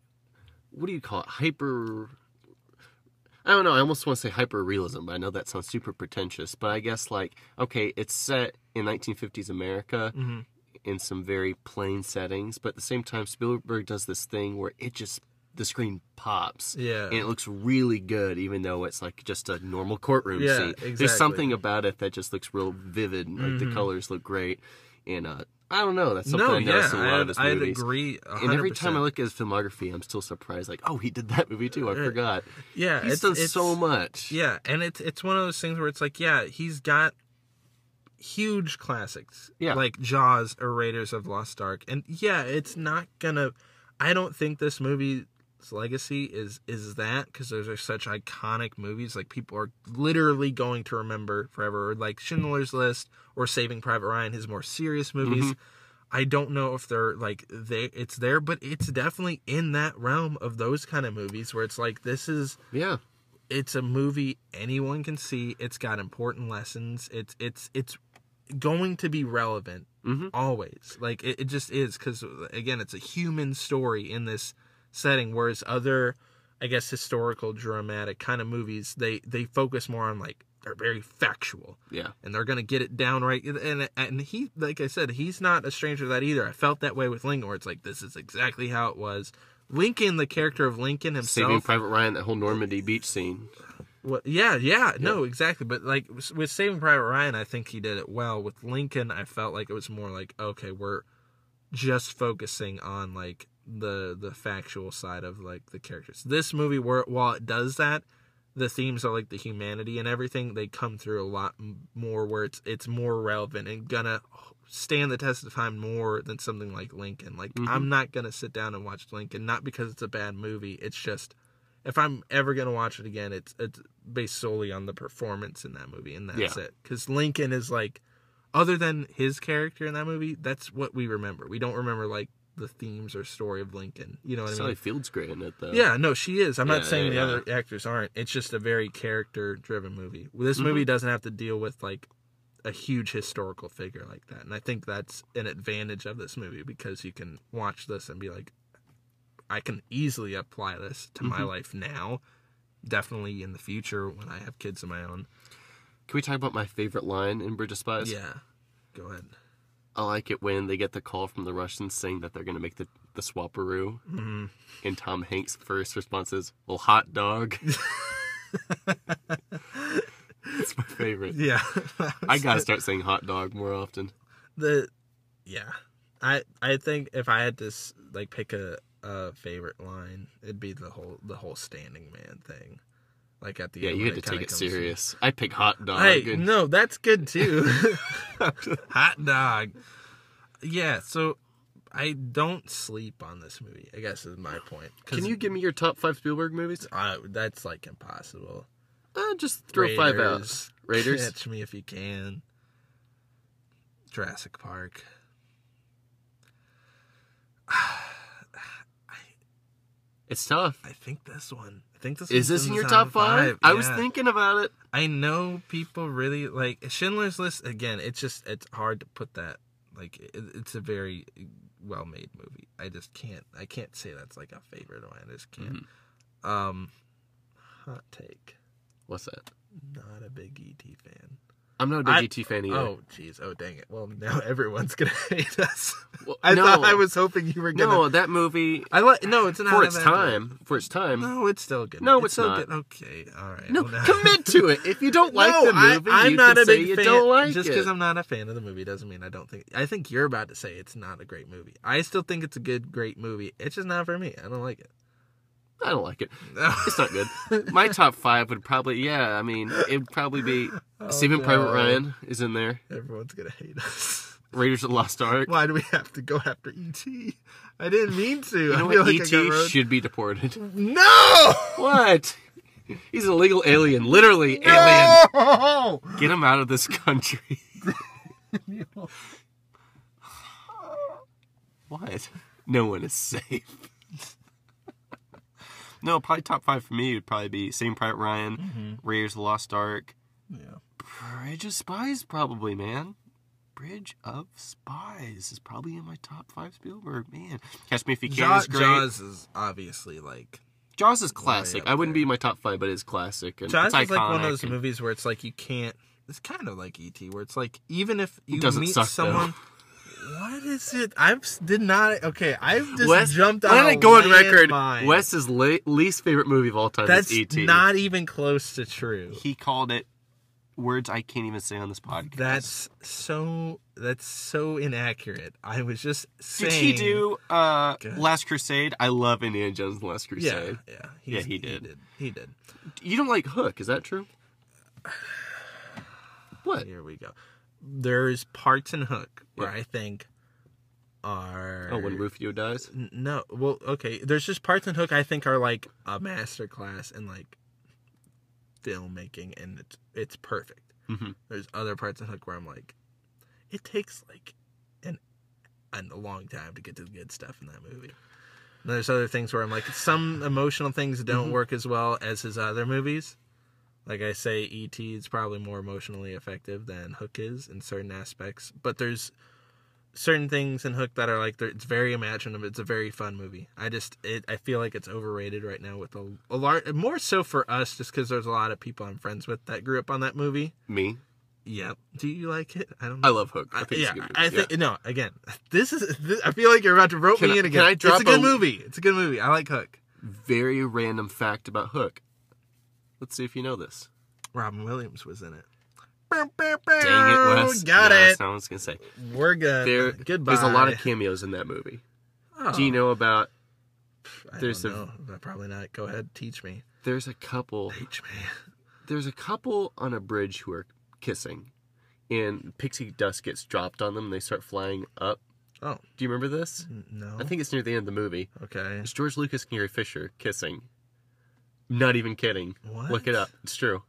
C: what do you call it? Hyper. I don't know. I almost want to say hyper realism, but I know that sounds super pretentious. But I guess like okay, it's set in 1950s America.
D: Mhm.
C: in some very plain settings, but at the same time, Spielberg does this thing where it just the screen pops.
D: Yeah.
C: And it looks really good, even though it's like just a normal courtroom
D: Yeah,
C: scene.
D: exactly. Mm-hmm.
C: There's something about it that just looks real vivid. Like the colors look great, and uh, I don't know. That's something I noticed in a lot
D: I'd,
C: of his
D: I'd
C: movies.
D: agree. 100%.
C: And every time I look at his filmography, I'm still surprised. Like, oh, he did that movie too. I forgot.
D: yeah,
C: He's
D: it's,
C: done
D: it's-
C: so much.
D: Yeah, and it's it's one of those things where it's like, yeah, he's got huge classics,
C: Yeah.
D: like Jaws or Raiders of the Lost Ark, and yeah, it's not gonna. I don't think this movie's legacy is is that because those are such iconic movies. Like people are literally going to remember forever, or like Schindler's List or Saving Private Ryan, his more serious movies. I don't know if they're like they it's there, but it's definitely in that realm of those kind of movies where it's like this is
C: yeah.
D: it's a movie anyone can see. It's got important lessons. It's it's it's going to be relevant
C: Mhm.
D: always. Like it, it just is because again, it's a human story in this setting. Whereas other, I guess, historical dramatic kind of movies, they they focus more on like they're very factual
C: Yeah.
D: and they're gonna get it down right. And and he, like I said, he's not a stranger to that either. I felt that way with Lincoln, where it's like this is exactly how it was. Lincoln, the character of Lincoln himself,
C: Saving Private Ryan, that whole Normandy beach scene.
D: well, yeah, yeah, no, exactly. But like s- with Saving Private Ryan, I think he did it well. With Lincoln, I felt like it was more like okay, we're just focusing on like the the factual side of like the characters. This movie, where while it does that, the themes are like the humanity and everything. They come through a lot m- more where it's it's more relevant and gonna stand the test of time more than something like Lincoln. Like I'm not gonna sit down and watch Lincoln, not because it's a bad movie. It's just if I'm ever gonna watch it again, it's it's based solely on the performance in that movie, and that's
C: Yeah.
D: it. Because Lincoln is like, other than his character in that movie, that's what we remember. We don't remember like the themes or story of Lincoln. You know what I
C: Sally
D: mean?
C: Field's great in it though.
D: Yeah, no, she is. I'm not
C: Yeah, yeah,
D: saying the other actors aren't. It's just a very character driven movie. This
C: Mm-hmm.
D: movie doesn't have to deal with like a huge historical figure like that. And I think that's an advantage of this movie because you can watch this and be like I can easily apply this to
C: Mm-hmm.
D: my life now, definitely in the future when I have kids of my own.
C: Can we talk about my favorite line in Bridge of Spies?
D: Yeah. Go ahead.
C: I like it when they get the call from the Russians saying that they're going to make the the swaparoo, and Tom Hanks' first response is, "Well, hot dog." it's my favorite.
D: Yeah.
C: I gotta start saying hot dog more often.
D: the yeah i i think if i had to s- like pick a, a favorite line it'd be the whole the whole standing man thing like at the
C: Yeah,
D: end
C: you
D: when
C: had to
D: kinda
C: take it
D: comes-
C: serious. I pick hot dog.
D: hey
C: and-
D: no that's good too hot dog yeah so i don't sleep on this movie i guess is my point 'Cause
C: Can you give me your top five Spielberg movies?
D: I, that's like impossible
C: Uh, just throw five out.
D: Raiders,
C: Raiders?
D: catch me if you can jurassic park
C: It's tough.
D: I think this one. I think this
C: Is
D: one's
C: this
D: the
C: in your top
D: top
C: five? I was
D: Yeah.
C: thinking about it.
D: I know people really like Schindler's List. Again, it's just it's hard to put that. Like it, it's a very well made movie. I just can't. I can't say that's like a favorite of mine. I just can't.
C: Mm-hmm.
D: Um, hot take.
C: What's that?
D: Not a big ET fan.
C: I'm not a big
D: I-
C: E.T. fan either.
D: Oh jeez. Oh dang it. Well now everyone's gonna hate us.
C: Well,
D: I
C: no.
D: thought I was hoping you were gonna.
C: No, that movie
D: I like. No, it's not. Oh.
C: for
D: a
C: its
D: bad-
C: time. For its time.
D: No, it's still good.
C: No, it's
D: still
C: not.
D: good. Okay. All right.
C: No,
D: well, now-
C: commit to it. If you don't like
D: no,
C: the movie,
D: I, am
C: you
D: not
C: can
D: a
C: say
D: big
C: you
D: fan.
C: don't like
D: just
C: it.
D: because I'm not a fan of the movie doesn't mean I don't think. I think you're about to say it's not a great movie. I still think it's a good, great movie. It's just not for me. I don't like it.
C: I don't like it.
D: No.
C: It's not good. My top five would probably, yeah, I mean, it would probably be Saving
D: no.
C: Private Ryan is in there.
D: Everyone's gonna hate us.
C: Raiders of the Lost Ark.
D: Why do we have to go after ET? I didn't mean to.
C: you
D: I
C: know
D: feel
C: what?
D: like I
C: E.T.
D: got road-
C: should be deported.
D: No.
C: what? He's an illegal alien. Literally alien.
D: No!
C: Get him out of this country. what? No one is safe. no, probably top five for me would probably be Same Private Ryan,
D: Mm-hmm.
C: Raiders of the Lost Ark,
D: Yeah.
C: Bridge of Spies, probably, man. Bridge of Spies is probably in my top five Spielberg, man. Catch Me If You Can
D: Jaws,
C: is great.
D: Jaws is obviously like
C: Jaws is classic.
D: up
C: I wouldn't
D: there.
C: be in my top five, but it's classic. And it's
D: Jaws
C: iconic.
D: is like one of those
C: and-
D: movies where it's like you can't. It's kind of like ET, where it's like even if you
C: doesn't
D: meet
C: suck, though.
D: someone. What is it? I've s- did not. Okay, I've just
C: Wes,
D: jumped
C: let
D: on.
C: it go on
D: land
C: record. E
D: mine.
C: Wes's la- least favorite movie of all time
D: that's
C: is E.T.
D: not even close to true.
C: he called it words I can't even say on this podcast.
D: That's so. That's so inaccurate. I was just saying.
C: did he do uh,
D: Good.
C: Last Crusade? I love Indiana Jones and the Last
D: Yeah,
C: Crusade.
D: yeah,
C: Yeah,
D: he's-
C: he did.
D: He did. He did.
C: You don't like Hook, is that true? What?
D: Here we go. There's parts in Hook where I think are
C: Oh, when Rufio dies?
D: N- No, well, okay. There's just parts in Hook I think are like a masterclass in like filmmaking, and it's it's perfect.
C: Mhm.
D: There's other parts in Hook where I'm like, it takes like an, an a long time to get to the good stuff in that movie. And there's other things where I'm like, some emotional things don't work as well as his other movies. Like I say, E.T. is probably more emotionally effective than Hook is in certain aspects, but there's certain things in Hook that are like they're- it's very imaginative. It's a very fun movie. I just it I feel like it's overrated right now with a, a large more so for us just because there's a lot of people I'm friends with that grew up on that movie.
C: Me?
D: Yep. Do you like it? I don't.
C: I love Hook. I
D: I,
C: think
D: yeah,
C: it's a good movie.
D: I think
C: Yeah.
D: no. Again, this is. This, I feel like you're about to rope
C: Can
D: me
C: I-
D: in
C: can
D: again.
C: I drop
D: it's a good
C: a-
D: movie. It's a good movie. I like Hook.
C: Very random fact about Hook. Let's see if you know this.
D: Robin Williams was in it.
C: Dang it, Wes.
D: Got
C: No,
D: it.
C: That's not what I was going to say.
D: We're good.
C: There,
D: Goodbye.
C: There's a lot of cameos in that movie.
D: Oh,
C: Do you know about
D: I
C: there's
D: don't
C: a-
D: know. But Probably not. Go ahead. Teach me.
C: there's a couple
D: Teach me.
C: there's a couple on a bridge who are kissing and pixie dust gets dropped on them and they start flying up
D: Oh
C: do you remember this
D: n- no.
C: i think it's near the end of the movie
D: Okay.
C: it's george lucas and gary fisher kissing not even kidding look it
D: What?
C: up it's true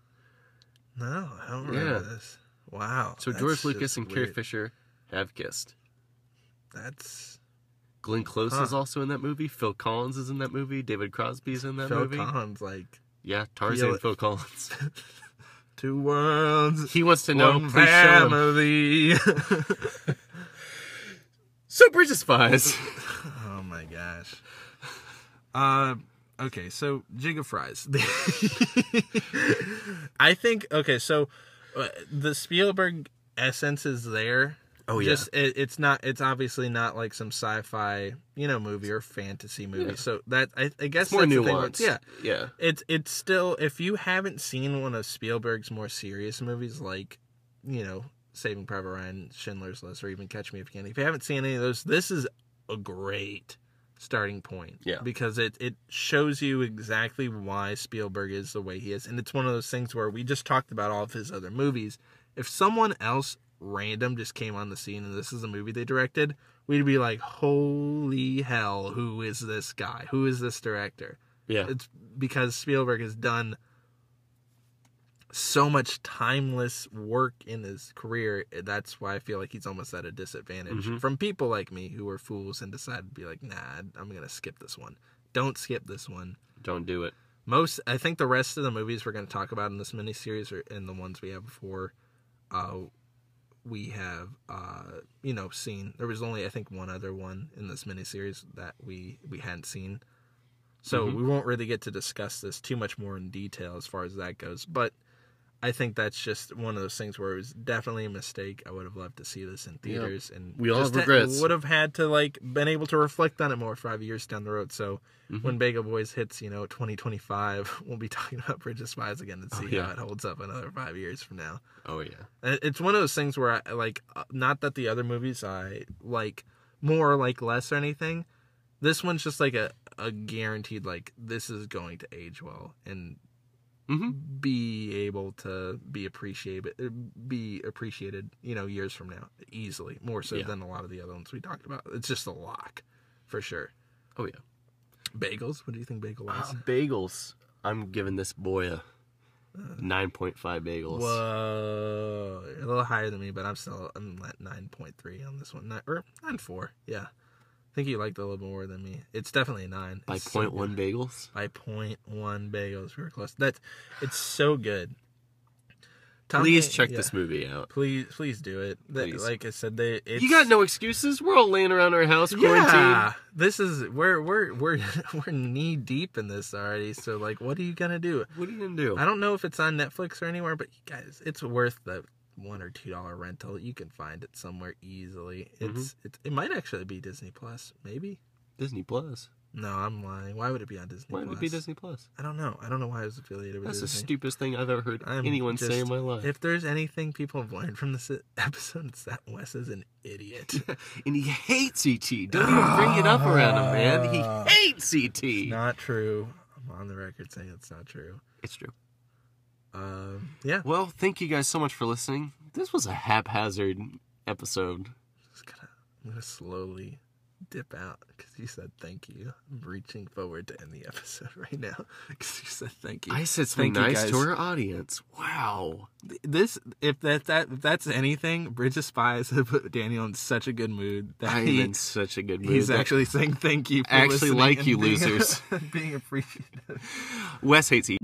D: No, I don't remember
C: Yeah.
D: this. Wow.
C: So
D: that's
C: George Lucas
D: just
C: and Carrie
D: weird.
C: Fisher have kissed.
D: That's
C: Glenn Close
D: Huh.
C: is also in that movie. Phil Collins is in that movie. David Crosby's in that
D: Phil
C: movie.
D: Collins, like
C: Yeah, Tarzan.
D: it.
C: Phil Collins.
D: two worlds,
C: He wants to know.
D: one
C: Please show him.
D: family.
C: So Bridges spies.
D: oh my gosh. Uh, okay, so jig of fries. I think okay, so uh, the Spielberg essence is there.
C: Oh, yeah.
D: Just it, it's not. It's obviously not like some sci-fi, you know, movie or fantasy movie.
C: Yeah.
D: So that I, I guess
C: More
D: that's the thing with-
C: nuanced.
D: Yeah,
C: Yeah.
D: it's it's still if you haven't seen one of Spielberg's more serious movies like you know Saving Private Ryan, Schindler's List, or even Catch Me If You Can, if you haven't seen any of those, this is a great starting point.
C: Yeah.
D: because it it shows you exactly why Spielberg is the way he is, and it's one of those things where we just talked about all of his other movies. If someone else random just came on the scene and this is a movie they directed, we'd be like, "Holy hell, who is this guy? Who is this director?"
C: Yeah.
D: it's because Spielberg has done so much timeless work in his career. That's why I feel like he's almost at a disadvantage
C: Mhm.
D: from people like me who were fools and decided to be like, nah, I'm gonna skip this one. Don't skip this one.
C: Don't do it.
D: Most, I think, the rest of the movies we're gonna talk about in this miniseries are in the ones we have before. Uh, we have, uh, you know, seen. There was only, I think, one other one in this miniseries that we we hadn't seen. So
C: Mm-hmm.
D: we won't really get to discuss this too much more in detail as far as that goes. But I think that's just one of those things where it was definitely a mistake. I would have loved to see this in theaters, and
C: We all
D: just
C: have regrets.
D: Would have had to like been able to reflect on it more five years down the road. So
C: Mm-hmm.
D: when Bagel Boys hits, you know, twenty twenty five, we'll be talking about Bridge of Spies again and see
C: Oh, yeah.
D: how it holds up another five years from now.
C: Oh yeah.
D: And It's one of those things where I like, uh, not that the other movies I like more or like less or anything. This one's just like a, a guaranteed, like, this is going to age well and
C: Mm-hmm.
D: be able to be appreciated, be appreciated, you know, years from now easily, more so
C: Yeah.
D: than a lot of the other ones we talked about. It's just a lock for sure.
C: Oh yeah.
D: Bagels, what do you think bagel
C: Um,
D: was?
C: bagels. I'm giving this boy a 9.5 bagels.
D: Whoa, you're a little higher than me, but I'm still I'm at nine point three on this one, nine, or nine four. Yeah, I think you liked it a little more than me. It's definitely a nine.
C: By
D: It's so
C: point one
D: good.
C: bagels.
D: By point one bagels, we were close. That's it's so good. Tom
C: Please
D: Hanks-
C: check
D: yeah.
C: this movie out.
D: Please, please do it. They-
C: Please.
D: Like I said, they it's,
C: You got no excuses. We're all laying around our house quarantined.
D: Yeah, this is we're we're we're we're knee deep in this already. So like, what are you gonna do?
C: What are you gonna do?
D: I don't know if it's on Netflix or anywhere, but you guys, it's worth the one or two dollar rental. You can find it somewhere easily.
C: Mm-hmm.
D: It's it's it might actually be Disney Plus, maybe.
C: Disney Plus.
D: No, I'm lying. Why would it be on Disney
C: Why would
D: Plus?
C: it be Disney Plus?
D: I don't know. I don't know why it was affiliated with
C: That's the
D: Disney.
C: stupidest thing I've ever heard
D: I'm
C: anyone say
D: just-
C: in my life.
D: If there's anything people have learned from this e-, episode, it's that Wes is an idiot.
C: and he hates ET. Don't even bring it up around him, man. He hates E ET.
D: Ah. It's not true. I'm on the record saying it's not true.
C: it's true.
D: Um, yeah,
C: Well, thank you guys so much for listening. This was a haphazard episode.
D: just gonna, I'm gonna slowly dip out because you said thank you. I'm reaching forward to end the episode right now because you said thank you.
C: I said something
D: Thank you,
C: nice
D: guys.
C: to our audience. Wow.
D: this if that that if that's anything, Bridge of Spies have put Daniel in such a good mood that
C: I'm
D: he,
C: in such a good mood.
D: he's
C: That-
D: actually saying thank you. For
C: I actually
D: listening
C: like
D: and
C: you
D: being-
C: losers.
D: being appreciative.
C: Wes hates ET.